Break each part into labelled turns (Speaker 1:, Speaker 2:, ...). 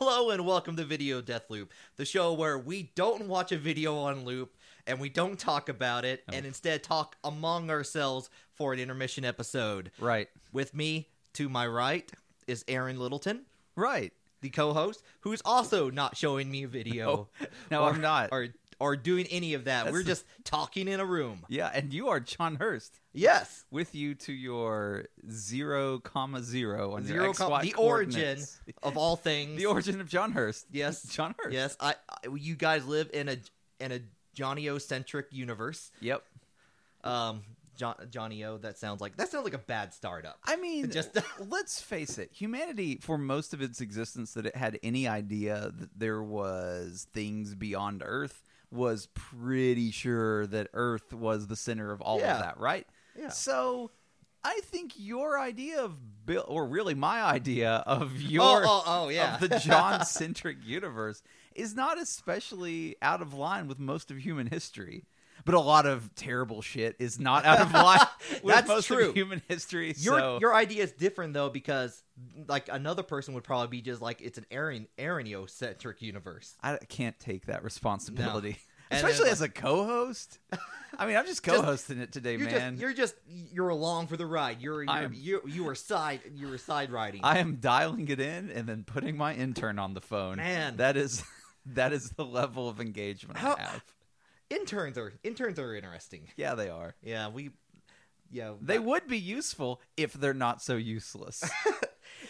Speaker 1: welcome to Video Death Loop, the show where we don't watch a video on loop and we don't talk about it,
Speaker 2: Oh.
Speaker 1: and instead talk among ourselves for an intermission episode.
Speaker 2: Right.
Speaker 1: With me to my right is Aaron Littleton,
Speaker 2: Right.
Speaker 1: the co-host, who's also not showing me a video.
Speaker 2: No,
Speaker 1: or-
Speaker 2: I'm not.
Speaker 1: Or or doing any of that.
Speaker 2: That's
Speaker 1: We're
Speaker 2: the-
Speaker 1: just talking in a room.
Speaker 2: Yeah, and you are John Hurst
Speaker 1: Yes.
Speaker 2: with you to your zero comma zero on your
Speaker 1: Zero
Speaker 2: X,
Speaker 1: com-
Speaker 2: Y
Speaker 1: the origin
Speaker 2: coordinates.
Speaker 1: of all things.
Speaker 2: the origin of John Hurst.
Speaker 1: Yes.
Speaker 2: John Hurst.
Speaker 1: Yes, I, I you guys live in a in a Johnny O centric universe.
Speaker 2: Yep.
Speaker 1: Um John, Johnny O that sounds like that sounds like a bad startup.
Speaker 2: I mean,
Speaker 1: Just-
Speaker 2: just let's face it. Humanity, for most of its existence, that it had any idea that there was things beyond Earth, was pretty sure that Earth was the center of all
Speaker 1: Yeah.
Speaker 2: of that, right?
Speaker 1: Yeah.
Speaker 2: So, I think your idea of Bill, or really my idea of
Speaker 1: Oh,
Speaker 2: your
Speaker 1: oh, oh, yeah.
Speaker 2: of the John centric universe, is not especially out of line with most of human history. But a lot of terrible shit is not out of line. with
Speaker 1: That's
Speaker 2: most of
Speaker 1: true.
Speaker 2: human history.
Speaker 1: your
Speaker 2: so.
Speaker 1: your idea is different though because like another person would probably be just like it's an Aaron Aaron centric universe.
Speaker 2: I can't take that responsibility,
Speaker 1: And
Speaker 2: especially
Speaker 1: then,
Speaker 2: as a co-host. I mean, I'm just co-hosting it today,
Speaker 1: You're
Speaker 2: man.
Speaker 1: just you're just you're along for the ride. You're
Speaker 2: I
Speaker 1: you're,
Speaker 2: am-
Speaker 1: you you were side you were side riding.
Speaker 2: I am dialing it in and then putting my intern on the phone.
Speaker 1: Man.
Speaker 2: that is that is the level of engagement
Speaker 1: How-
Speaker 2: I have.
Speaker 1: interns are interns are interesting.
Speaker 2: Yeah, they are.
Speaker 1: Yeah, we yeah
Speaker 2: They would be useful if they're not so useless.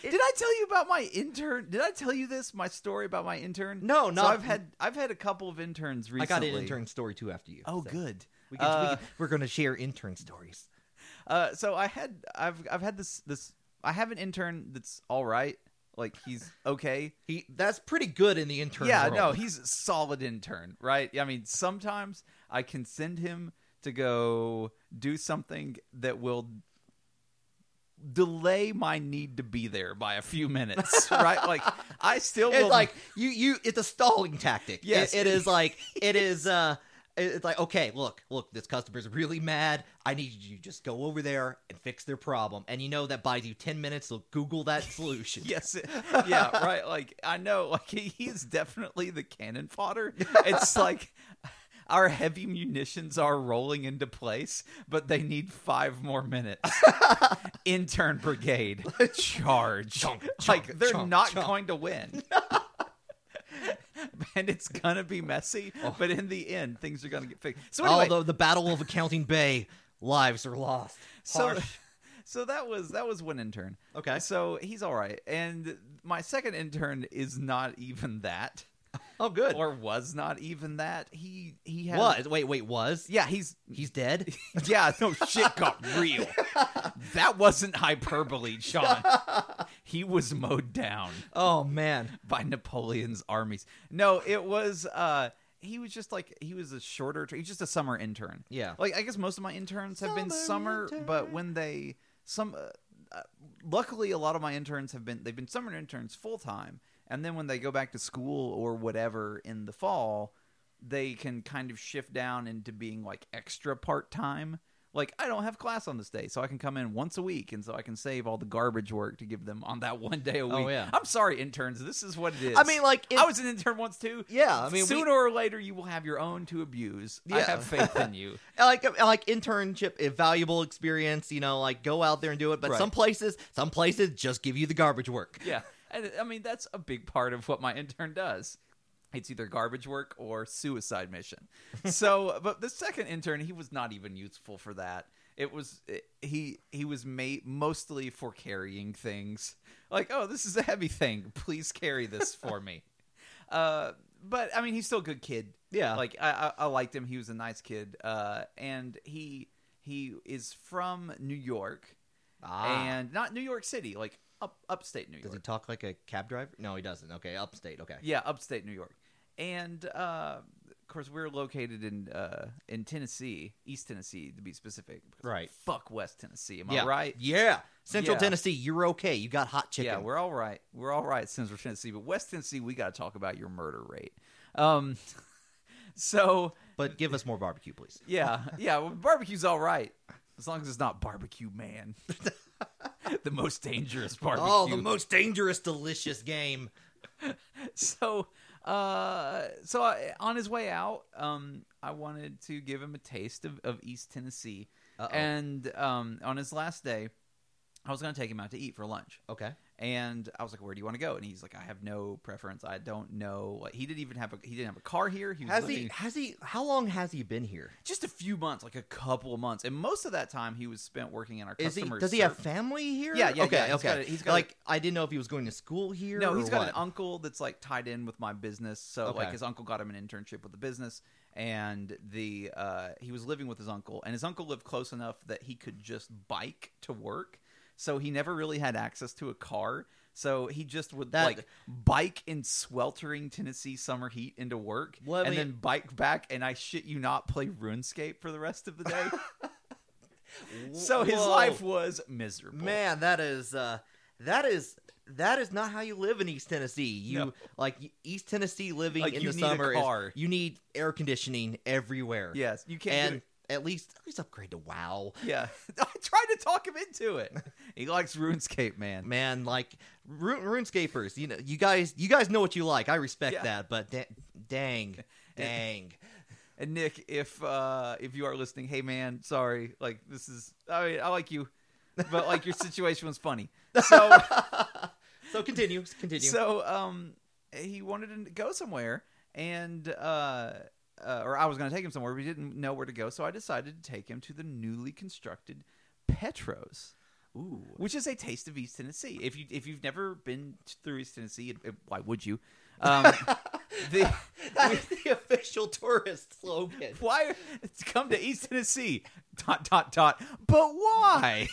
Speaker 2: did I tell you about my intern? Did I tell you this? My story about my intern?
Speaker 1: No,
Speaker 2: So
Speaker 1: not-
Speaker 2: I've had I've had a couple of interns recently.
Speaker 1: I got an intern story too after you.
Speaker 2: Oh,
Speaker 1: so.
Speaker 2: good.
Speaker 1: We can,
Speaker 2: Uh,
Speaker 1: we can, we're going to share intern stories.
Speaker 2: Uh, so I had I've I've had this this I have an intern that's all right. Like he's okay.
Speaker 1: He that's pretty good in the intern.
Speaker 2: yeah,
Speaker 1: world.
Speaker 2: no, he's a solid intern, right? I mean, sometimes I can send him to go do something that will delay my need to be there by a few minutes, right? Like I still
Speaker 1: it's
Speaker 2: will
Speaker 1: like you you it's a stalling tactic. It-
Speaker 2: Yes.
Speaker 1: it is like it is. uh it- It's like okay, look, look, this customer's really mad. I need you to just go over there and fix their problem, and you know that buys you ten minutes. So Google that solution.
Speaker 2: Yes. it- Yeah. Right. Like I know. Like he, he's definitely the cannon fodder. It's like our heavy munitions are rolling into place, but they need five more minutes. Intern brigade charge.
Speaker 1: Chunk, chunk,
Speaker 2: like they're
Speaker 1: chunk,
Speaker 2: not
Speaker 1: chunk.
Speaker 2: going to win. and it's gonna be messy,
Speaker 1: Oh.
Speaker 2: but in the end, things are gonna get fixed. So anyway,
Speaker 1: Although the Battle of Accounting Bay, lives are lost.
Speaker 2: so,
Speaker 1: Harsh.
Speaker 2: so that was that was one intern.
Speaker 1: Okay.
Speaker 2: So he's all right, and my second intern is not even that,
Speaker 1: oh good.
Speaker 2: or was not even that. He he had
Speaker 1: was wait wait was
Speaker 2: Yeah, he's
Speaker 1: he's dead?
Speaker 2: yeah. No shit got real. that wasn't hyperbole, Sean. He was mowed down
Speaker 1: oh man.
Speaker 2: by Napoleon's armies. No, it was. uh he was just like he was a shorter. He was just a summer intern.
Speaker 1: Yeah.
Speaker 2: Like I guess most of my interns have been
Speaker 1: Summer
Speaker 2: summer,
Speaker 1: intern.
Speaker 2: but when they some, uh, uh, luckily a lot of my interns have been they've been summer interns full time, and then when they go back to school or whatever in the fall, they can kind of shift down into being like extra part time. Like I don't have class on this day, so I can come in once a week, and so I can save all the garbage work to give them on that one day a week.
Speaker 1: Oh, yeah.
Speaker 2: I'm sorry, interns. This is what it is.
Speaker 1: I mean, like, it-
Speaker 2: I was an intern once too.
Speaker 1: Yeah, I mean, we-
Speaker 2: sooner or later you will have your own to abuse. I
Speaker 1: Yeah.
Speaker 2: have faith in you.
Speaker 1: like like internship a valuable experience you know like go out there and do it but
Speaker 2: Right.
Speaker 1: some places some places just give you the garbage work
Speaker 2: yeah and i mean that's a big part of what my intern does it's either garbage work or suicide mission so but the second intern he was not even useful for that it was it- he he was made mostly for carrying things like oh this is a heavy thing please carry this for me uh but i mean he's still a good kid
Speaker 1: Yeah.
Speaker 2: like I, I i liked him he was a nice kid uh and he he is from new york
Speaker 1: ah
Speaker 2: and not new york city like up upstate new york
Speaker 1: does he talk like a cab driver no he doesn't okay upstate okay
Speaker 2: yeah, upstate New York. And uh, of course, we're located in uh, in Tennessee, East Tennessee to be specific. because
Speaker 1: Right.
Speaker 2: Fuck West Tennessee. Am
Speaker 1: yeah
Speaker 2: I right?
Speaker 1: yeah central
Speaker 2: Yeah.
Speaker 1: tennessee you're okay you got hot chicken
Speaker 2: Yeah, we're all right. We're all right, Central Tennessee, but West Tennessee, we got to talk about your murder rate. Um, so
Speaker 1: but give us more barbecue please
Speaker 2: yeah, yeah, well, barbecue's all right as long as it's not barbecue man, the most dangerous barbecue.
Speaker 1: oh the most dangerous delicious game
Speaker 2: so uh so I, on his way out um i wanted to give him a taste of, of east tennessee
Speaker 1: Uh-oh.
Speaker 2: and um on his last day i was gonna take him out to eat for lunch
Speaker 1: okay.
Speaker 2: and i was like where do you want to go and he's like i have no preference i don't know like he didn't even have a he didn't have a car here he was
Speaker 1: Has
Speaker 2: living
Speaker 1: he? Has he? How long has he been here?
Speaker 2: just a few months like a couple of months and most of that time he was spent working in our
Speaker 1: Is he?
Speaker 2: customer
Speaker 1: Does he have
Speaker 2: service-
Speaker 1: family here?
Speaker 2: Yeah, yeah,
Speaker 1: Okay.
Speaker 2: yeah, he's
Speaker 1: okay.
Speaker 2: got a- he's got a-
Speaker 1: like I didn't know if he was going to school here.
Speaker 2: No,
Speaker 1: he
Speaker 2: he's
Speaker 1: or
Speaker 2: got
Speaker 1: what.
Speaker 2: an uncle that's like tied in with my business. So
Speaker 1: Okay.
Speaker 2: like his uncle got him an internship with the business, and the uh, he was living with his uncle, and his uncle lived close enough that he could just bike to work. So he never really had access to a car. So he just would
Speaker 1: That-
Speaker 2: like bike in sweltering Tennessee summer heat into work,
Speaker 1: Let
Speaker 2: and
Speaker 1: me-
Speaker 2: then bike back. And I shit you not, play RuneScape for the rest of the day. so his
Speaker 1: Whoa.
Speaker 2: life was miserable.
Speaker 1: Man, that is uh, that is that is not how you live in East Tennessee. You
Speaker 2: No.
Speaker 1: like y- East Tennessee living
Speaker 2: Like,
Speaker 1: in
Speaker 2: you
Speaker 1: the
Speaker 2: need a
Speaker 1: summer. is-
Speaker 2: car.
Speaker 1: you need air conditioning everywhere.
Speaker 2: yes, you can't. do
Speaker 1: and
Speaker 2: it.
Speaker 1: at least at least upgrade to WoW.
Speaker 2: Yeah, I tried to talk him into it. He likes RuneScape, man.
Speaker 1: Man, like Ru- RuneScapers, you know, you guys, you guys know what you like. I respect
Speaker 2: Yeah.
Speaker 1: that, but da- dang, dang,
Speaker 2: And Nick, if uh if you are listening, hey man, sorry. Like this is I mean, I like you, but like your situation was funny. So
Speaker 1: so continue, continue.
Speaker 2: so um he wanted to go somewhere and uh, uh or I was going to take him somewhere, but he didn't know where to go, so I decided to take him to the newly constructed Petros.
Speaker 1: Ooh,
Speaker 2: which is a taste of East Tennessee. If you if you've never been t- through East Tennessee, it, it- why would you? Um, the,
Speaker 1: that's the official tourist slogan.
Speaker 2: why it's come to East Tennessee? Dot dot dot. But why?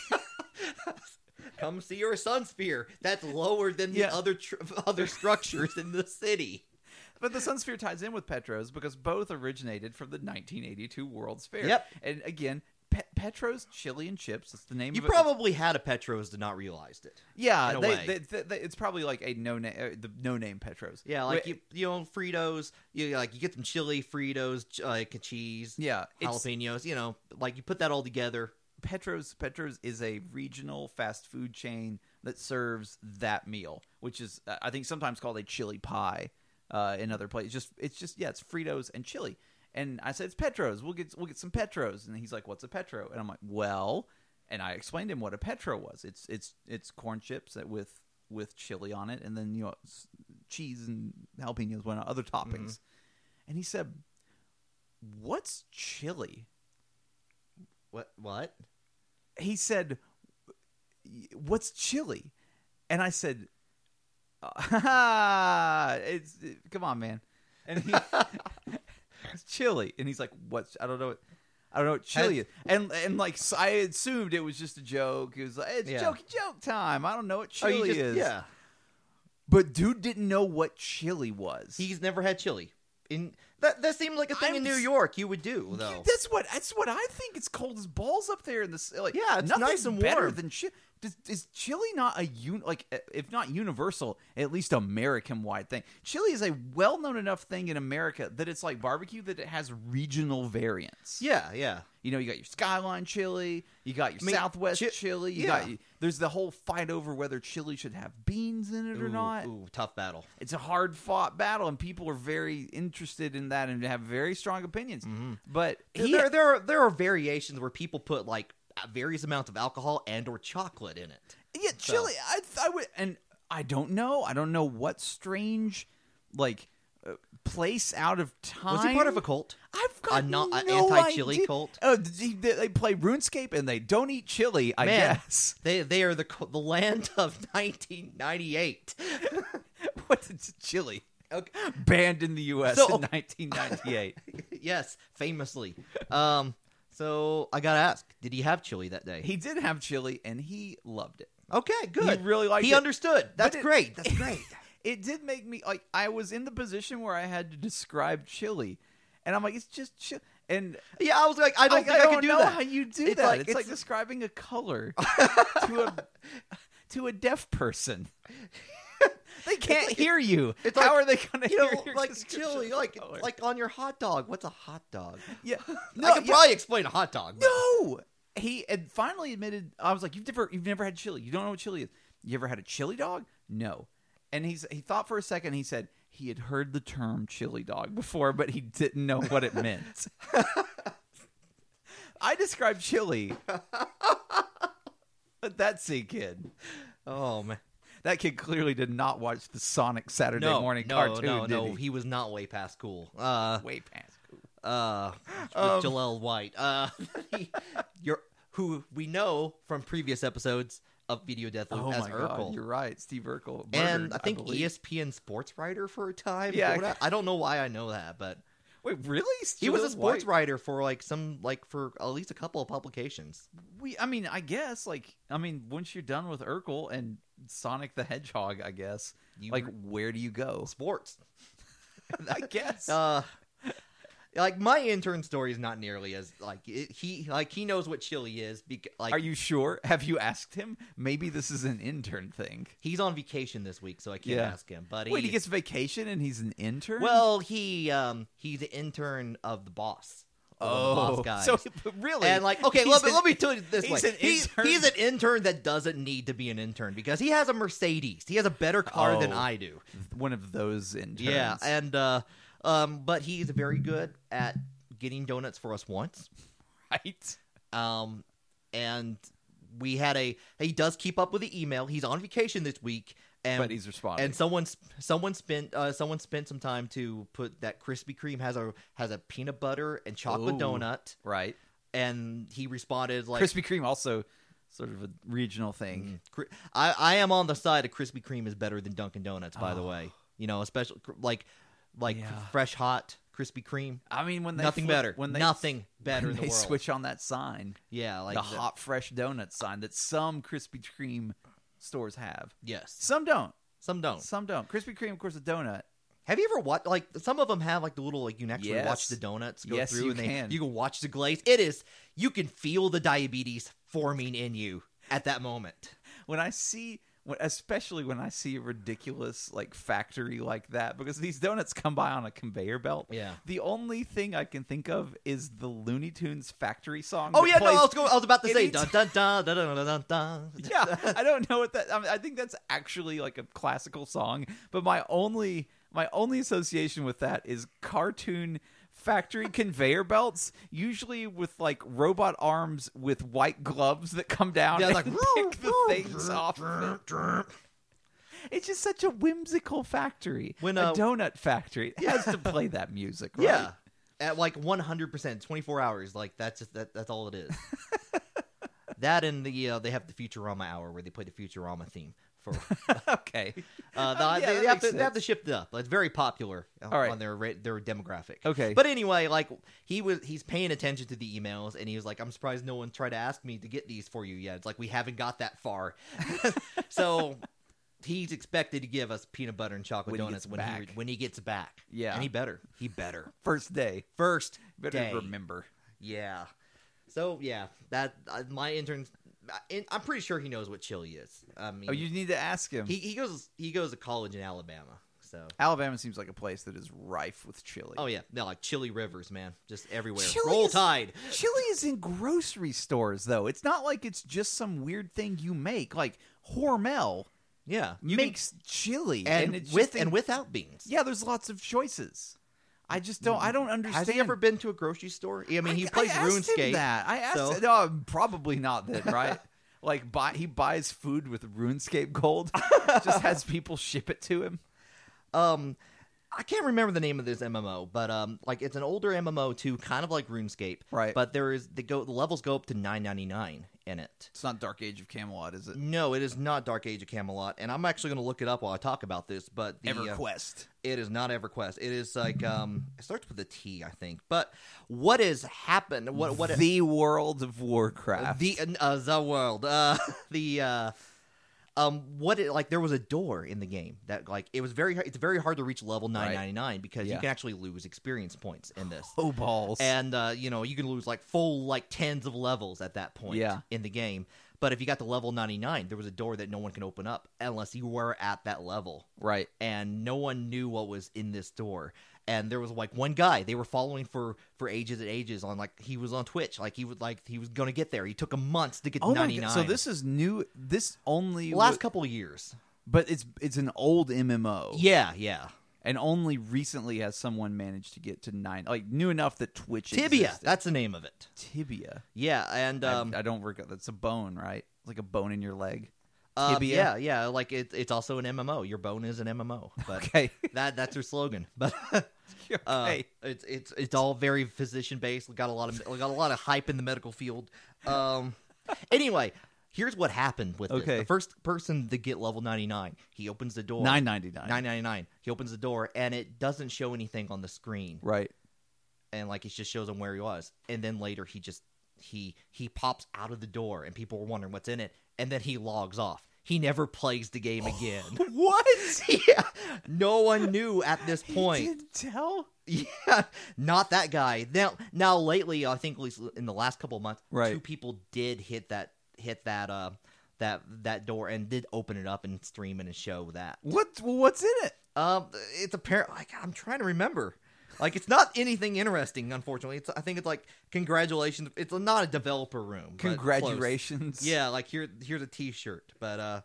Speaker 1: Come see your sun sphere. That's lower than the
Speaker 2: Yeah.
Speaker 1: other tr- other structures in the city.
Speaker 2: But the Sunsphere ties in with Petros because both originated from the 1982 World's Fair.
Speaker 1: Yep.
Speaker 2: And again, Pe- Petros Chili and Chips. That's the name.
Speaker 1: You
Speaker 2: of it.
Speaker 1: probably had a Petros and not realized it. in
Speaker 2: yeah.
Speaker 1: a
Speaker 2: They,
Speaker 1: way.
Speaker 2: They, they- they- it's probably like a no name uh, the no name Petros.
Speaker 1: Yeah, like
Speaker 2: Wait,
Speaker 1: you, you know Fritos. You like you get some chili Fritos, ch- uh, like cheese,
Speaker 2: yeah. it's-
Speaker 1: jalapenos. You know, like you put that all together.
Speaker 2: Petros Petros is a regional fast food chain that serves that meal, which is uh, I think sometimes called a chili pie uh, in other places. Just it's just yeah, it's Fritos and chili. And I said it's Petros. We'll get we'll get some Petros. And he's like, "What's a Petro?" And I'm like, "Well," and I explained to him what a Petro was. It's it's it's corn chips that with with chili on it, and then you know s- cheese and jalapenos, whatnot, other toppings. And he said, "What's chili?"
Speaker 1: What? What?
Speaker 2: he said, "What's chili?" And I said, "Ah, "It's come on, man." And he, it's chili, and he's like, "What's? I don't know. What, I don't know what chili is." And and like so I assumed it was just a joke. It was like it's
Speaker 1: Yeah.
Speaker 2: jokey joke time. I don't know what
Speaker 1: Oh,
Speaker 2: chili
Speaker 1: you just-
Speaker 2: is.
Speaker 1: Yeah,
Speaker 2: But dude didn't know what chili was.
Speaker 1: he's never had chili. In that that seemed like a thing
Speaker 2: I'm
Speaker 1: in New
Speaker 2: s-
Speaker 1: York you would do though.
Speaker 2: That's what that's what I think. It's cold as balls up there in the s- like.
Speaker 1: Yeah, it's
Speaker 2: nothing's
Speaker 1: nice and
Speaker 2: better
Speaker 1: warm.
Speaker 2: Than chi- does, is chili not a un like uh, if not universal, at least American wide thing? Chili is a well known enough thing in America that it's like barbecue that it has regional variants.
Speaker 1: Yeah, yeah.
Speaker 2: You know, you got your skyline chili, you got your
Speaker 1: I mean,
Speaker 2: Southwest
Speaker 1: chi-
Speaker 2: chili. You
Speaker 1: yeah.
Speaker 2: got there's the whole fight over whether chili should have beans in it or
Speaker 1: Ooh,
Speaker 2: not
Speaker 1: Ooh, tough battle.
Speaker 2: it's a hard fought battle and people are very interested in that and have very strong opinions but he,
Speaker 1: Mm-hmm. there, there are there are variations where people put like various amounts of alcohol and or chocolate in it.
Speaker 2: yeah chili I, I would and i don't know i don't know what strange like uh, place out of time
Speaker 1: Was he part of a cult?
Speaker 2: I've got
Speaker 1: a no-
Speaker 2: no
Speaker 1: a anti-chili
Speaker 2: idea.
Speaker 1: cult?
Speaker 2: Oh, they, they play RuneScape and they don't eat chili. I
Speaker 1: Man.
Speaker 2: guess.
Speaker 1: They they are the co- the land of 1998.
Speaker 2: What's it's chili?
Speaker 1: Okay.
Speaker 2: Banned in the U.S.
Speaker 1: So-
Speaker 2: in 1998.
Speaker 1: yes, famously. Um, so I gotta ask, did he have chili that day?
Speaker 2: he did have chili and he loved it.
Speaker 1: okay, good.
Speaker 2: He really liked
Speaker 1: He
Speaker 2: it.
Speaker 1: understood. That's
Speaker 2: it-
Speaker 1: great. That's great.
Speaker 2: it did make me like I was in the position where I had to describe chili, and I'm like, it's just chili. And
Speaker 1: yeah, I was like, I
Speaker 2: I,
Speaker 1: don't
Speaker 2: I
Speaker 1: think I,
Speaker 2: don't
Speaker 1: can do
Speaker 2: know
Speaker 1: that.
Speaker 2: how you do
Speaker 1: It's
Speaker 2: that.
Speaker 1: like-
Speaker 2: it's,
Speaker 1: it's-
Speaker 2: like describing a color to a to a deaf person. they can't
Speaker 1: like-
Speaker 2: hear you.
Speaker 1: it's
Speaker 2: how
Speaker 1: like-
Speaker 2: are they going to
Speaker 1: you
Speaker 2: hear
Speaker 1: know,
Speaker 2: your
Speaker 1: like
Speaker 2: description Oh,
Speaker 1: chili,
Speaker 2: of
Speaker 1: like
Speaker 2: color?
Speaker 1: like on your hot dog. What's a hot dog?
Speaker 2: yeah.
Speaker 1: I could
Speaker 2: yeah.
Speaker 1: probably explain a hot dog. but-
Speaker 2: No, he and finally admitted. I was like, "You've never, you've never had chili. You don't know what chili is. You ever had a chili dog? No." and he's he thought for a second. He said he had heard the term chili dog before, but he didn't know what it meant. I described chili. Let that sink in.
Speaker 1: Oh man.
Speaker 2: That kid clearly did not watch the Sonic Saturday
Speaker 1: No,
Speaker 2: morning
Speaker 1: no,
Speaker 2: cartoon.
Speaker 1: no,
Speaker 2: did
Speaker 1: no.
Speaker 2: he?
Speaker 1: He was not way past cool. Uh,
Speaker 2: way past. cool.
Speaker 1: uh,
Speaker 2: Um,
Speaker 1: with Jalel White. Uh, he- you're, who we know from previous episodes of Video Death Loop
Speaker 2: Oh
Speaker 1: as
Speaker 2: my god,
Speaker 1: Urkel.
Speaker 2: you're right, Steve Urkel. murdered,
Speaker 1: and I think E
Speaker 2: believe.
Speaker 1: ESPN sports writer for a time.
Speaker 2: Yeah.
Speaker 1: What- I don't know why I know that, but
Speaker 2: Wait, really?
Speaker 1: he was a
Speaker 2: Jaleel
Speaker 1: sports
Speaker 2: White?
Speaker 1: writer for like some like for at least a couple of publications.
Speaker 2: We, I mean, I guess like, I mean, once you're done with Urkel and Sonic the Hedgehog, I guess,
Speaker 1: You
Speaker 2: like, where do you go?
Speaker 1: sports.
Speaker 2: I guess.
Speaker 1: Uh, like my intern story is not nearly as like it, he like he knows what chili is. Bec- like
Speaker 2: Are you sure? Have you asked him? Maybe this is an intern thing.
Speaker 1: he's on vacation this week, so I can't
Speaker 2: Yeah.
Speaker 1: ask him. But
Speaker 2: Wait, he
Speaker 1: he-
Speaker 2: gets vacation and he's an intern.
Speaker 1: Well, he um he's the intern of the boss.
Speaker 2: oh,
Speaker 1: of the boss guy.
Speaker 2: so really,
Speaker 1: and like okay,
Speaker 2: he's
Speaker 1: let, me
Speaker 2: an-
Speaker 1: let me tell you this
Speaker 2: he's
Speaker 1: way:
Speaker 2: an
Speaker 1: He-
Speaker 2: intern.
Speaker 1: he's an intern that doesn't need to be an intern because he has a Mercedes. He has a better car than
Speaker 2: Oh.
Speaker 1: I do.
Speaker 2: one of those interns.
Speaker 1: Yeah, and uh, um, but he's very good at getting donuts for us once.
Speaker 2: right.
Speaker 1: Um, and we had a he does keep up with the email. He's on vacation this week, and
Speaker 2: but he's responding.
Speaker 1: and someone sp- someone spent uh, someone spent some time to put that Krispy Kreme has a has a peanut butter and chocolate
Speaker 2: Ooh.
Speaker 1: donut,
Speaker 2: right.
Speaker 1: and he responded like,
Speaker 2: Krispy Kreme also sort of a regional thing.
Speaker 1: "Mm, Kri- I, "I am on the side of Krispy Kreme is better than Dunkin' Donuts." By the
Speaker 2: Oh.
Speaker 1: way, you know, especially cr- like like
Speaker 2: Yeah.
Speaker 1: fresh hot Krispy Kreme,
Speaker 2: I mean, when they
Speaker 1: nothing
Speaker 2: flip-
Speaker 1: better,
Speaker 2: when they
Speaker 1: nothing better
Speaker 2: when
Speaker 1: in the
Speaker 2: they
Speaker 1: world.
Speaker 2: switch on that sign,
Speaker 1: yeah, like
Speaker 2: the
Speaker 1: the-
Speaker 2: hot fresh donut sign that some Krispy Kreme stores have.
Speaker 1: Yes,
Speaker 2: Some don't.
Speaker 1: some don't.
Speaker 2: Some don't. Krispy Kreme, of course, a donut.
Speaker 1: Have you ever watched like some of them have like the little like you can actually watch
Speaker 2: Yes.
Speaker 1: the donuts go
Speaker 2: Yes,
Speaker 1: through
Speaker 2: you
Speaker 1: and they
Speaker 2: can.
Speaker 1: you can watch the glaze. It is you can feel the diabetes forming in you at that moment.
Speaker 2: When I see, when, especially when I see a ridiculous like factory like that, because these donuts come by on a conveyor belt.
Speaker 1: Yeah.
Speaker 2: The only thing I can think of is the Looney Tunes factory song.
Speaker 1: Oh
Speaker 2: that
Speaker 1: yeah, no, I
Speaker 2: plays-
Speaker 1: was, going, I was about to say
Speaker 2: Any
Speaker 1: dun dun dun dun dun dun dun. dun.
Speaker 2: yeah, I don't know what that. I, mean, I think that's actually like a classical song, but my only my only association with that is cartoon factory conveyor belts, usually with like robot arms with white gloves that come down
Speaker 1: Yeah,
Speaker 2: and
Speaker 1: like,
Speaker 2: pick the things off. of it. It's just such a whimsical factory.
Speaker 1: When,
Speaker 2: a
Speaker 1: uh,
Speaker 2: donut factory it has to play that music, right?
Speaker 1: yeah. At like 100%, 24 hours, like that's just, that that's all it is. that and the uh, they have the Futurama hour where they play the Futurama theme for
Speaker 2: okay.
Speaker 1: Uh,
Speaker 2: Oh,
Speaker 1: the- they,
Speaker 2: yeah, that
Speaker 1: they have
Speaker 2: makes
Speaker 1: to, they have
Speaker 2: sense.
Speaker 1: to shift it up. It's very popular uh,
Speaker 2: All right.
Speaker 1: on their ra- their demographic.
Speaker 2: Okay.
Speaker 1: but anyway, like he was, he's paying attention to the emails, and he was like, "I'm surprised no one tried to ask me to get these for you yet." It's like we haven't got that far, so he's expected to give us peanut butter and chocolate
Speaker 2: When he
Speaker 1: donuts
Speaker 2: gets
Speaker 1: when
Speaker 2: back.
Speaker 1: he when he gets back.
Speaker 2: Yeah.
Speaker 1: and he better, he better
Speaker 2: First day.
Speaker 1: first
Speaker 2: Better
Speaker 1: day.
Speaker 2: remember.
Speaker 1: Yeah, so yeah, that uh, my intern. I'm pretty sure he knows what chili is. I mean,
Speaker 2: Oh, you need to ask him.
Speaker 1: he, he goes he goes to college in Alabama. So
Speaker 2: Alabama seems like a place that is rife with chili.
Speaker 1: oh yeah, no like chili rivers, man, just everywhere.
Speaker 2: Chili
Speaker 1: Roll
Speaker 2: is-
Speaker 1: Tide.
Speaker 2: Chili is in grocery stores, though. It's not like it's just some weird thing you make. Like Hormel
Speaker 1: Yeah,
Speaker 2: makes chili,
Speaker 1: and,
Speaker 2: it's just
Speaker 1: with
Speaker 2: in-
Speaker 1: and without beans.
Speaker 2: yeah, there's lots of choices. I just don't. I don't understand.
Speaker 1: Mm. Has he ever been to a grocery store? I mean, he
Speaker 2: I-
Speaker 1: plays
Speaker 2: I asked him
Speaker 1: RuneScape.
Speaker 2: that I asked.
Speaker 1: so-
Speaker 2: No, probably not. Then right. Like buy, he buys food with RuneScape gold, just has people ship it to him.
Speaker 1: Um, I can't remember the name of this MMO, but um, like it's an older MMO too, kind of like RuneScape.
Speaker 2: Right.
Speaker 1: But there is the go the levels go up to nine ninety nine in it.
Speaker 2: It's not Dark Age of Camelot, is it?
Speaker 1: No, it is not Dark Age of Camelot, and I'm actually going to look it up while I talk about this. But the, uh,
Speaker 2: EverQuest.
Speaker 1: It is not EverQuest. It is like um, it starts with a T, I think. But what has happened? What what
Speaker 2: the world of Warcraft?
Speaker 1: the uh, the world uh, the uh, um what it, like there was a door in the game that like it was very it's very hard to reach level nine ninety nine because
Speaker 2: Yeah.
Speaker 1: you can actually lose experience points in this.
Speaker 2: oh balls.
Speaker 1: And uh, you know you can lose like full like tens of levels at that point
Speaker 2: Yeah.
Speaker 1: in the game. But if you got to level ninety nine, there was a door that no one can open up unless you were at that level
Speaker 2: right.
Speaker 1: and no one knew what was in this door. And there was like one guy they were following for for ages and ages on like he was on Twitch like he would like he was gonna get there. He took him months to get to
Speaker 2: Oh my
Speaker 1: ninety
Speaker 2: god!
Speaker 1: nine.
Speaker 2: So this is new. This only
Speaker 1: last
Speaker 2: wa-
Speaker 1: couple of years.
Speaker 2: but it's it's an old MMO.
Speaker 1: Yeah, yeah.
Speaker 2: and only recently has someone managed to get to nine, like new enough that Twitch
Speaker 1: Tibia,
Speaker 2: existed.
Speaker 1: that's the name of it.
Speaker 2: tibia.
Speaker 1: Yeah, and
Speaker 2: I-
Speaker 1: um,
Speaker 2: I, don't work. out- That's a bone, right? It's like a bone in your leg.
Speaker 1: um,
Speaker 2: tibia.
Speaker 1: yeah, yeah, like it, it's also an MMO. Your bone is an MMO, but
Speaker 2: Okay,
Speaker 1: that that's their slogan. But
Speaker 2: okay.
Speaker 1: uh, it's it's it's all very physician based. We got a lot of we got a lot of hype in the medical field. Um, anyway, here's what happened with this.
Speaker 2: Okay.
Speaker 1: the first person to get level 99. He opens the door.
Speaker 2: nine ninety nine.
Speaker 1: 999. He opens the door and it doesn't show anything on the screen.
Speaker 2: Right.
Speaker 1: and like it just shows him where he was and then later he just he he pops out of the door and people were wondering what's in it and then he logs off he never plays the game again
Speaker 2: What?
Speaker 1: yeah no one knew at this
Speaker 2: He
Speaker 1: point
Speaker 2: didn't tell.
Speaker 1: yeah not that guy now now lately i think at least in the last couple of months
Speaker 2: Right.
Speaker 1: two people did hit that hit that uh that that door and did open it up and stream it and show that
Speaker 2: What? Well, what's in it?
Speaker 1: um, it's apparent. Like I'm trying to remember. Like it's not anything interesting, unfortunately. It's I think it's like congratulations. It's not a developer room. but close.
Speaker 2: Congratulations.
Speaker 1: Yeah, like here here's a T-shirt, but uh,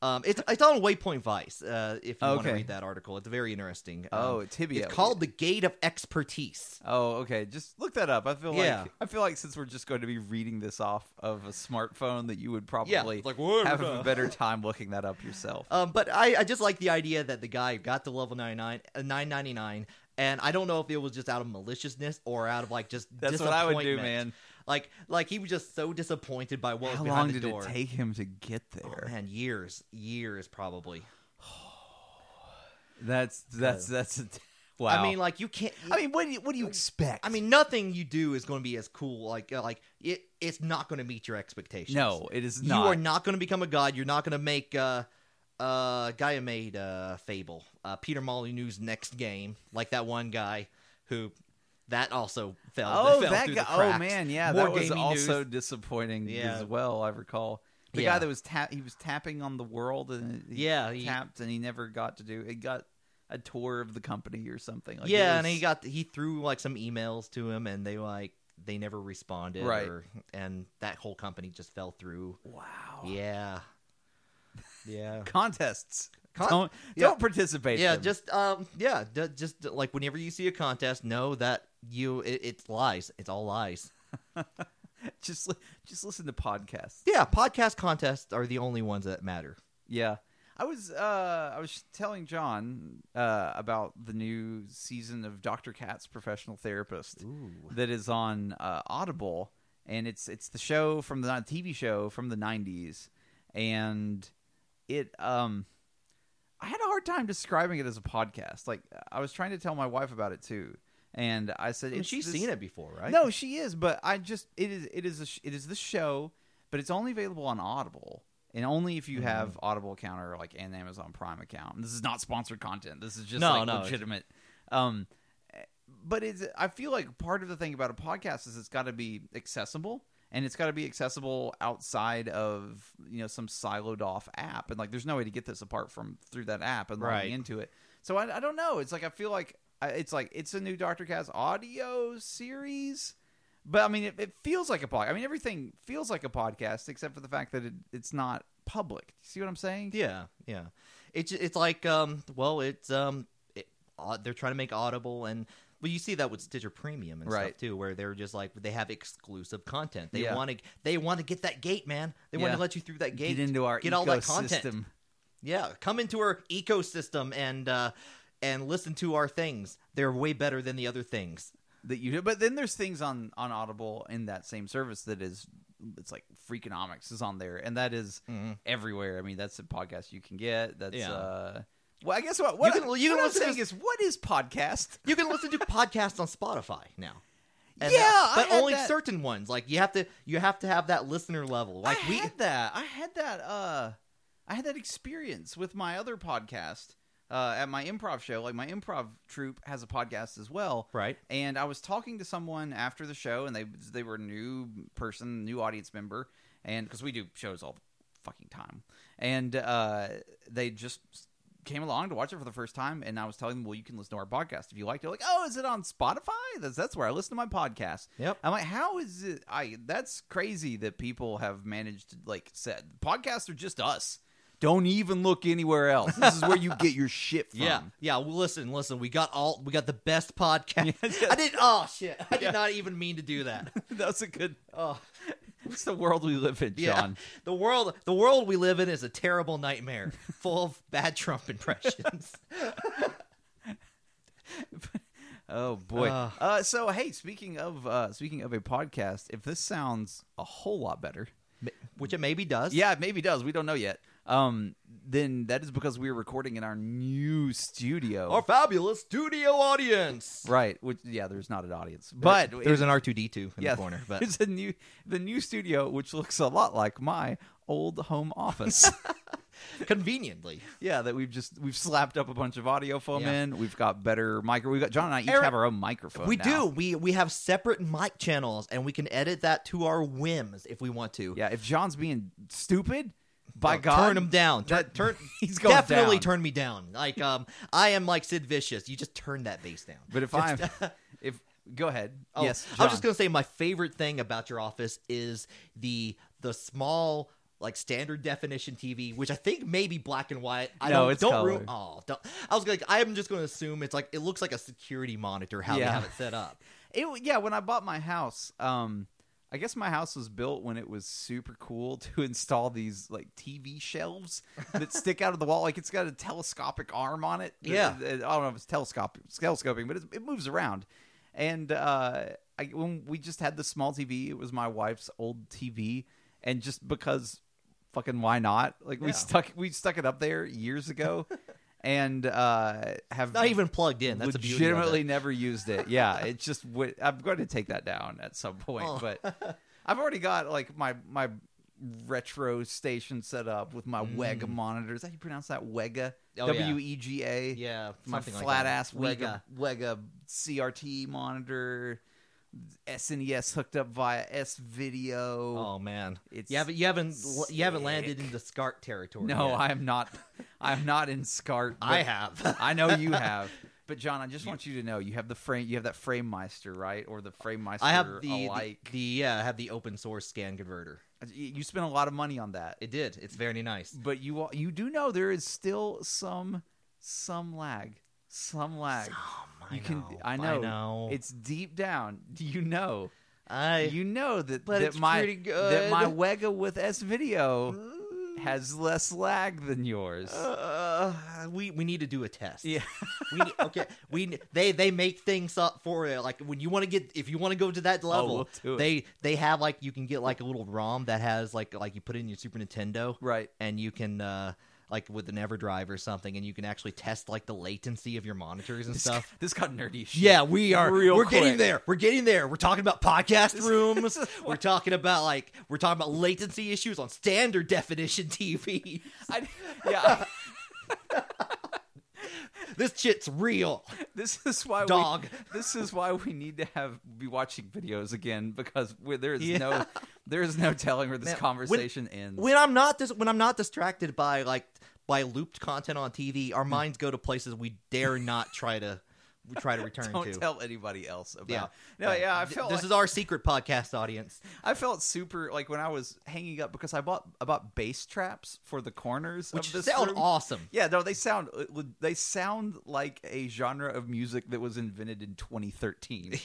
Speaker 1: um, it's it's on Waypoint Vice. Uh, if you want to
Speaker 2: Okay.
Speaker 1: read that article, it's very interesting. Um,
Speaker 2: Oh, tibia.
Speaker 1: it's called the Gate of Expertise.
Speaker 2: Oh, okay. Just look that up. I feel
Speaker 1: Yeah.
Speaker 2: like I feel like since we're just going to be reading this off of a smartphone, that you would
Speaker 1: Yeah,
Speaker 2: probably
Speaker 1: it's like what?
Speaker 2: have a better time looking that up yourself.
Speaker 1: Um, but I, I just like the idea that the guy got to level 99, uh, 999, and I don't know if it was just out of maliciousness or out of like just
Speaker 2: That's what I would do,
Speaker 1: disappointment.
Speaker 2: man.
Speaker 1: Like, like he was just so disappointed by what
Speaker 2: How
Speaker 1: was
Speaker 2: long
Speaker 1: behind the
Speaker 2: did
Speaker 1: door.
Speaker 2: it take him to get
Speaker 1: Oh,
Speaker 2: there?
Speaker 1: man, years, years probably.
Speaker 2: that's that's that's a, wow.
Speaker 1: Uh, I mean, like you can't.
Speaker 2: I mean, what do you, what do you expect?
Speaker 1: I mean, nothing you do is going to be as cool. Like, uh, like it, it's not going to meet your expectations.
Speaker 2: no, it is
Speaker 1: you
Speaker 2: not.
Speaker 1: are not going to become a god. You're not going to make uh, uh, guy who made uh, Fable, uh, Peter Molyneux's next game, like that one guy who that also fell.
Speaker 2: oh,
Speaker 1: uh, fell
Speaker 2: that
Speaker 1: through
Speaker 2: guy.
Speaker 1: The
Speaker 2: Oh
Speaker 1: cracks.
Speaker 2: man, yeah,
Speaker 1: More
Speaker 2: that was
Speaker 1: gaming
Speaker 2: also
Speaker 1: news.
Speaker 2: disappointing
Speaker 1: Yeah.
Speaker 2: as well. I recall the
Speaker 1: Yeah.
Speaker 2: guy that was tap he was tapping on the world and he
Speaker 1: Yeah, he-
Speaker 2: tapped and he never got to do. It got a tour of the company or something. Like, it
Speaker 1: yeah, and
Speaker 2: was-
Speaker 1: he got he threw like some emails to him, and they like they never responded.
Speaker 2: Right.
Speaker 1: or- and that whole company just fell through.
Speaker 2: wow.
Speaker 1: Yeah. Yeah.
Speaker 2: Contests.
Speaker 1: Con-
Speaker 2: don't
Speaker 1: yeah.
Speaker 2: don't participate.
Speaker 1: Yeah,
Speaker 2: in them.
Speaker 1: just um, yeah, d- just like whenever you see a contest, know that you it, it's lies. It's all lies.
Speaker 2: just li- just listen to podcasts.
Speaker 1: Yeah, podcast contests are the only ones that matter.
Speaker 2: Yeah. I was uh I was telling John uh about the new season of Dr. Katz Professional Therapist
Speaker 1: Ooh.
Speaker 2: that is on uh, Audible and it's it's the show from the TV show from the 90s and it um I had a hard time describing it as a podcast. Like I was trying to tell my wife about it too and I said
Speaker 1: I mean,
Speaker 2: it's
Speaker 1: she's
Speaker 2: this-
Speaker 1: seen it before, right?
Speaker 2: no, she is, but I just it is it is a, sh- it is the show, but it's only available on Audible and only if you
Speaker 1: Mm.
Speaker 2: have Audible account or like an Amazon Prime account. And this is not sponsored content. This is just
Speaker 1: No,
Speaker 2: like
Speaker 1: no, it's-
Speaker 2: legitimate. Um, but it's I feel like part of the thing about a podcast is it's got to be accessible and it's got to be accessible outside of you know some siloed off app and like there's no way to get this apart from through that app and logging
Speaker 1: Right.
Speaker 2: into it so I, I don't know it's like i feel like I, it's like it's a new dr Katz audio series but i mean it, it feels like a podcast i mean everything feels like a podcast except for the fact that it, it's not public see what i'm saying
Speaker 1: Yeah, yeah. It's it's like um, well, it's um, it, au- they're trying to make Audible and. Well, you see that with Stitcher Premium and
Speaker 2: Right.
Speaker 1: stuff too, where they're just like they have exclusive content. They
Speaker 2: Yeah.
Speaker 1: want to they want to get that gate, man. They want
Speaker 2: Yeah.
Speaker 1: to let you through that gate.
Speaker 2: get into our
Speaker 1: Get
Speaker 2: ecosystem
Speaker 1: all that content. Yeah, come into our ecosystem and uh, and listen to our things. They're way better than the other things.
Speaker 2: that you do. But then there's things on on Audible in that same service that is it's like Freakonomics is on there, and that is
Speaker 1: Mhm.
Speaker 2: everywhere. I mean, that's a podcast you can get. That's
Speaker 1: Yeah.
Speaker 2: uh well, I guess what what,
Speaker 1: can- you
Speaker 2: what
Speaker 1: can
Speaker 2: I'm
Speaker 1: listen to
Speaker 2: saying is what is podcast?
Speaker 1: You can listen to podcasts on Spotify now.
Speaker 2: Yeah,
Speaker 1: that-
Speaker 2: I
Speaker 1: but
Speaker 2: had
Speaker 1: only
Speaker 2: that.
Speaker 1: certain ones. Like you have to you have to have that listener level. Like
Speaker 2: I
Speaker 1: we
Speaker 2: had that. I had that. Uh, I had that experience with my other podcast uh, at my improv show. Like my improv troupe has a podcast as well,
Speaker 1: right.
Speaker 2: and I was talking to someone after the show, and they they were a new person, new audience member, and because we do shows all the fucking time, and uh, they just came along to watch it for the first time, and I was telling them, well, you can listen to our podcast if you like. They're like, oh, is it on Spotify? That's that's where I listen to my podcast.
Speaker 1: Yep.
Speaker 2: I'm like, how is it? I that's crazy that people have managed to like said podcasts are just us. Don't even look anywhere else. This is where you get your shit from.
Speaker 1: Yeah, yeah. Well, listen, listen. We got all. We got the best podcast.
Speaker 2: Yes, yes.
Speaker 1: I did. Oh shit! I did
Speaker 2: Yeah.
Speaker 1: not even mean to do that.
Speaker 2: That's a good.
Speaker 1: Oh,
Speaker 2: It's the world we live in,
Speaker 1: yeah.
Speaker 2: John.
Speaker 1: The world, the world we live in is a terrible nightmare, full of bad Trump impressions.
Speaker 2: Oh boy.
Speaker 1: Uh.
Speaker 2: Uh, so hey, speaking of uh, speaking of a podcast, if this sounds a whole lot better,
Speaker 1: Ma- Which it maybe does.
Speaker 2: yeah, it maybe does. We don't know yet. Um, then that is because we are recording in our new studio.
Speaker 1: Our fabulous studio audience.
Speaker 2: Right. Which yeah, there's not an audience, but
Speaker 1: There- there's an R two D two in
Speaker 2: yeah,
Speaker 1: the corner, but
Speaker 2: there's a new the new studio which looks a lot like my old home office.
Speaker 1: conveniently,
Speaker 2: yeah, that we've just we've slapped up a bunch of audio foam
Speaker 1: Yeah.
Speaker 2: in. We've got better micro. We got John and I each
Speaker 1: Eric-
Speaker 2: have our own microphone.
Speaker 1: we
Speaker 2: now.
Speaker 1: do. We we have separate mic channels, and we can edit that to our whims if we want to.
Speaker 2: Yeah, if John's being stupid, by
Speaker 1: Oh,
Speaker 2: God,
Speaker 1: turn him down. Turn,
Speaker 2: that-
Speaker 1: turn
Speaker 2: he's going
Speaker 1: definitely
Speaker 2: down.
Speaker 1: turn me down. Like um, I am like Sid Vicious. You just turn that bass down.
Speaker 2: But if I'm, if go ahead.
Speaker 1: Oh,
Speaker 2: yes,
Speaker 1: I was just
Speaker 2: John.
Speaker 1: gonna say my favorite thing about your office is the the small like standard definition TV, which I think may be black and white. I
Speaker 2: No,
Speaker 1: don't,
Speaker 2: it's
Speaker 1: don't
Speaker 2: color.
Speaker 1: ru- oh, don't, I was like, I'm just gonna assume it's like it looks like a security monitor how they
Speaker 2: Yeah.
Speaker 1: have it set up.
Speaker 2: It- yeah, when I bought my house, um, I guess my house was built when it was super cool to install these like TV shelves that stick out of the wall. Like it's got a telescopic arm on it.
Speaker 1: Yeah.
Speaker 2: I don't know if it's telescopic, telescoping, but it's, it moves around. And uh, I, when we just had the small TV, it was my wife's old TV, and just because fucking why not? Like
Speaker 1: Yeah.
Speaker 2: we stuck we stuck it up there years ago. And uh, have
Speaker 1: Not even plugged in. That's
Speaker 2: legitimately
Speaker 1: a beauty
Speaker 2: never used it. Yeah, it's just wi- I'm going to take that down at some point.
Speaker 1: Oh.
Speaker 2: But I've already got like my my retro station set up with my Wega monitors. How do you pronounce that
Speaker 1: Mm.
Speaker 2: Wega?
Speaker 1: Oh, yeah.
Speaker 2: W e g a.
Speaker 1: of it. yeah,
Speaker 2: My
Speaker 1: something like
Speaker 2: flat
Speaker 1: that.
Speaker 2: ass
Speaker 1: We
Speaker 2: Wega
Speaker 1: got-
Speaker 2: Wega CRT monitor, SNES hooked up via S video.
Speaker 1: Oh man,
Speaker 2: It's
Speaker 1: you haven't you haven't you haven't landed
Speaker 2: sick.
Speaker 1: in the SCART territory.
Speaker 2: no,
Speaker 1: yet.
Speaker 2: I am not. I'm not in SCART. but-
Speaker 1: I have.
Speaker 2: I know you have. But John, I just want you to know you have the frame you have that frame meister, right? Or the frame meister
Speaker 1: I have the the,
Speaker 2: alike.
Speaker 1: the yeah, I have the open source scan converter.
Speaker 2: You you spent a lot of money on that.
Speaker 1: It did. It's very nice.
Speaker 2: But you you do know there is still some some lag. Some lag.
Speaker 1: I
Speaker 2: you can
Speaker 1: know,
Speaker 2: I know.
Speaker 1: I know.
Speaker 2: It's deep down. Do you know?
Speaker 1: I
Speaker 2: You know that,
Speaker 1: But
Speaker 2: that
Speaker 1: it's
Speaker 2: my
Speaker 1: pretty
Speaker 2: that my
Speaker 1: good.
Speaker 2: Wega with S video has less lag than yours.
Speaker 1: Uh, we we need to do a test.
Speaker 2: yeah.
Speaker 1: We need, okay. We ne- they they make things up for it. Like when you want to get if you want to go to that level,
Speaker 2: Oh, we'll do it.
Speaker 1: they they have like you can get like a little ROM that has like like you put in your Super Nintendo
Speaker 2: Right.
Speaker 1: and you can uh like with an EverDrive or something and you can actually test like the latency of your monitors and
Speaker 2: This,
Speaker 1: stuff.
Speaker 2: this got nerdy. as shit.
Speaker 1: Yeah, we are.
Speaker 2: Real
Speaker 1: we're
Speaker 2: quick.
Speaker 1: getting there. We're getting there. We're talking about podcast rooms. we're talking about like we're talking about latency issues on standard definition TV.
Speaker 2: I, yeah.
Speaker 1: This shit's real.
Speaker 2: This is why
Speaker 1: Dog.
Speaker 2: We, this is why we need to have be watching videos again because we, there is
Speaker 1: Yeah.
Speaker 2: no there is no telling where this
Speaker 1: Man, when-
Speaker 2: conversation ends.
Speaker 1: When I'm not dis- when I'm not distracted by like by looped content on TV, our minds go to places we dare not try to we try to return
Speaker 2: Don't
Speaker 1: to.
Speaker 2: tell anybody else about.
Speaker 1: Yeah.
Speaker 2: No, yeah, I
Speaker 1: Th-
Speaker 2: felt
Speaker 1: this
Speaker 2: like,
Speaker 1: is our secret podcast audience.
Speaker 2: I felt super like when I was hanging up because I bought I bought bass traps for the corners
Speaker 1: Which
Speaker 2: of this
Speaker 1: sound
Speaker 2: room.
Speaker 1: awesome.
Speaker 2: Yeah, no, they sound uh, they sound like a genre of music that was invented in 2013.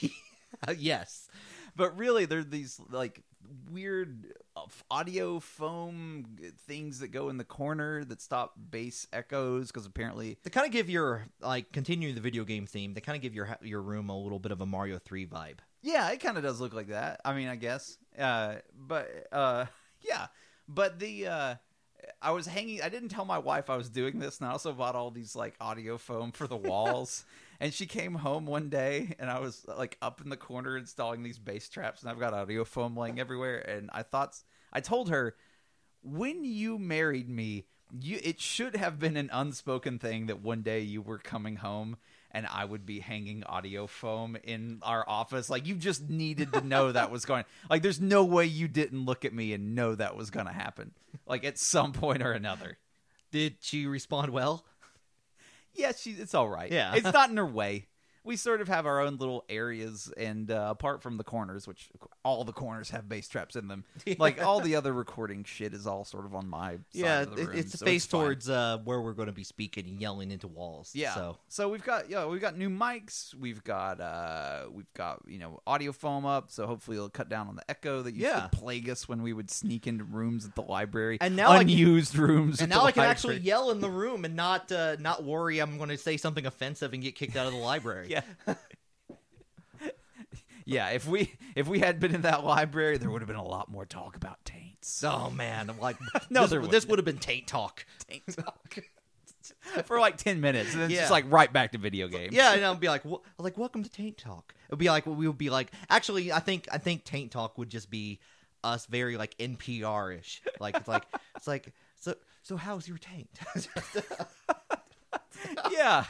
Speaker 1: Uh, yes.
Speaker 2: but really they're these like weird uh, f- audio foam g- things that go in the corner that stop bass echoes because apparently
Speaker 1: They kind of give your like continuing the video game theme. They kind of give your ha- your room a little bit of a Mario 3 vibe.
Speaker 2: yeah it kind of does look like that i mean i guess uh but uh yeah but the uh I was hanging. I didn't tell my wife I was doing this, and I also bought all these like audio foam for the walls. and she came home one day, and I was like up in the corner installing these bass traps, and I've got audio foam laying everywhere. And I thought, I told her, when you married me, you it should have been an unspoken thing that one day you were coming home. And I would be hanging audio foam in our office. Like you just needed to know that was going. Like there's no way you didn't look at me and know that was going to happen. Like at some point or another.
Speaker 1: Did she respond well?
Speaker 2: Yeah, she. It's all right.
Speaker 1: Yeah.
Speaker 2: it's not in her way. we sort of have our own little areas, and uh, apart from the corners, which all the corners have bass traps in them, like all the other recording shit is all sort of on my side
Speaker 1: yeah,
Speaker 2: of the
Speaker 1: it-
Speaker 2: room,
Speaker 1: it's
Speaker 2: so
Speaker 1: faced
Speaker 2: fine.
Speaker 1: towards uh, where we're going to be speaking and yelling into walls.
Speaker 2: Yeah.
Speaker 1: So
Speaker 2: we've got yeah, we've got new mics, we've got uh we've got, you know, audio foam up, so hopefully it'll cut down on the echo that used
Speaker 1: Yeah.
Speaker 2: to plague us when we would sneak into rooms at the library.
Speaker 1: And now I can-
Speaker 2: unused rooms.
Speaker 1: and
Speaker 2: at
Speaker 1: now
Speaker 2: the
Speaker 1: I can
Speaker 2: library.
Speaker 1: actually yell in the room and not uh, not worry I'm going to say something offensive and get kicked out of the library.
Speaker 2: Yeah. yeah, if we if we had been in that library, there would have been a lot more talk about taints.
Speaker 1: Oh man, I'm like
Speaker 2: No, there
Speaker 1: this, this would have been taint talk.
Speaker 2: Taint talk. For like ten minutes, and then it's just
Speaker 1: Yeah.
Speaker 2: like right back to video games.
Speaker 1: Yeah, and I'd be like, "Wha- like welcome to Taint Talk. It'd be like we would be like, actually, I think I think Taint Talk would just be us very like NPR ish. Like it's like it's like so so how's your taint?
Speaker 2: yeah.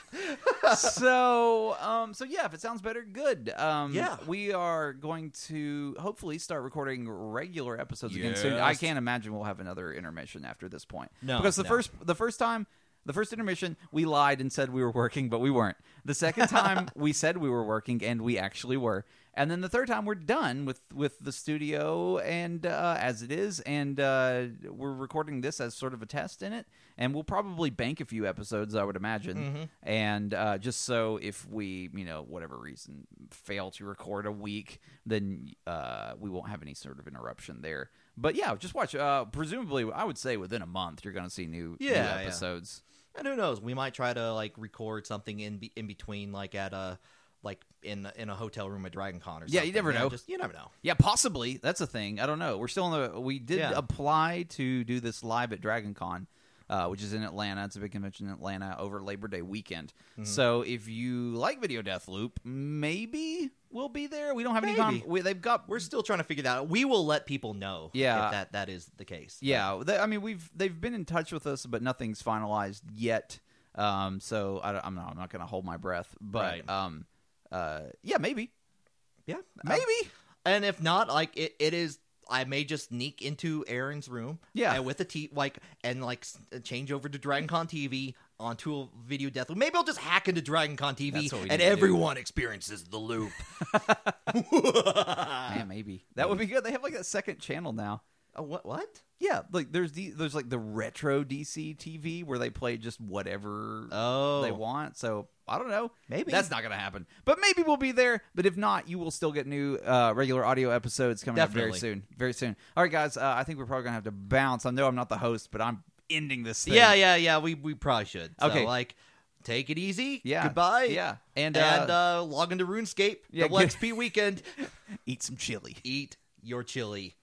Speaker 2: so, um, so yeah, if it sounds better, good. Um,
Speaker 1: Yeah.
Speaker 2: we are going to hopefully start recording regular episodes again soon.
Speaker 1: Yes.
Speaker 2: I can't imagine we'll have another intermission after this point.
Speaker 1: No,
Speaker 2: because the
Speaker 1: no.
Speaker 2: first the first time. The first intermission, we lied and said we were working, but we weren't. The second time, we said we were working, and we actually were. And then the third time, we're done with with the studio and uh, as it is, and uh, we're recording this as sort of a test in it. And we'll probably bank a few episodes, I would imagine,
Speaker 1: Mm-hmm.
Speaker 2: and uh, just so if we, you know, whatever reason, fail to record a week, then uh, we won't have any sort of interruption there. But yeah, just watch. Uh, presumably, I would say within a month, you're going to see new, new
Speaker 1: Yeah, yeah.
Speaker 2: episodes.
Speaker 1: and who knows? We might try to like record something in be- in between, like at a like in in a hotel room at Dragon Con or something.
Speaker 2: Yeah, you never know.
Speaker 1: Just you never know.
Speaker 2: Yeah, possibly. That's a thing. I don't know. We're still in the. We did
Speaker 1: Yeah.
Speaker 2: apply to do this live at Dragon Con, uh, which is in Atlanta. It's a big convention in Atlanta over Labor Day weekend.
Speaker 1: Mm-hmm.
Speaker 2: So if you like Video Death Loop, maybe we'll be there. We don't have any.
Speaker 1: Maybe.
Speaker 2: Con- we, they've got.
Speaker 1: We're still trying to figure that out. We will let people know.
Speaker 2: Yeah.
Speaker 1: if that that is the case.
Speaker 2: yeah, they, I mean we've they've been in touch with us, but nothing's finalized yet. Um, so I, am not, I'm not going to hold my breath, but
Speaker 1: Right.
Speaker 2: um, uh, yeah, maybe,
Speaker 1: yeah,
Speaker 2: maybe.
Speaker 1: And if not, like it, it is. I may just sneak into Aaron's room,
Speaker 2: Yeah.
Speaker 1: and with a t like and like s- uh, change over to Dragon Con TV onto a video death. Maybe I'll just hack into Dragon Con TV,
Speaker 2: That's what we need
Speaker 1: and
Speaker 2: to do.
Speaker 1: everyone experiences the loop.
Speaker 2: yeah, maybe that would be good. They have like that second channel now.
Speaker 1: oh, what? What?
Speaker 2: Yeah, like there's the, there's like the retro DC TV where they play just whatever
Speaker 1: Oh,
Speaker 2: they want. So I don't know.
Speaker 1: Maybe.
Speaker 2: that's not gonna happen. But maybe we'll be there. But if not, you will still get new uh, regular audio episodes coming up
Speaker 1: Definitely.
Speaker 2: very soon. Very soon. All right, guys. Uh, I think we're probably gonna have to bounce. I know I'm not the host, but I'm ending this. Thing.
Speaker 1: yeah, yeah, yeah. We we probably should. So,
Speaker 2: Okay.
Speaker 1: like take it easy.
Speaker 2: yeah.
Speaker 1: Goodbye.
Speaker 2: Yeah, and,
Speaker 1: And,
Speaker 2: uh,
Speaker 1: uh, log into RuneScape.
Speaker 2: Yeah,
Speaker 1: double
Speaker 2: good.
Speaker 1: XP weekend.
Speaker 2: eat some chili.
Speaker 1: Eat your chili.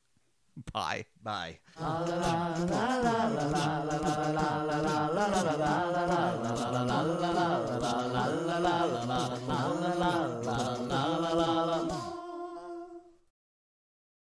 Speaker 2: Bye.
Speaker 1: Bye.
Speaker 3: la la la la la la la la la la la la la la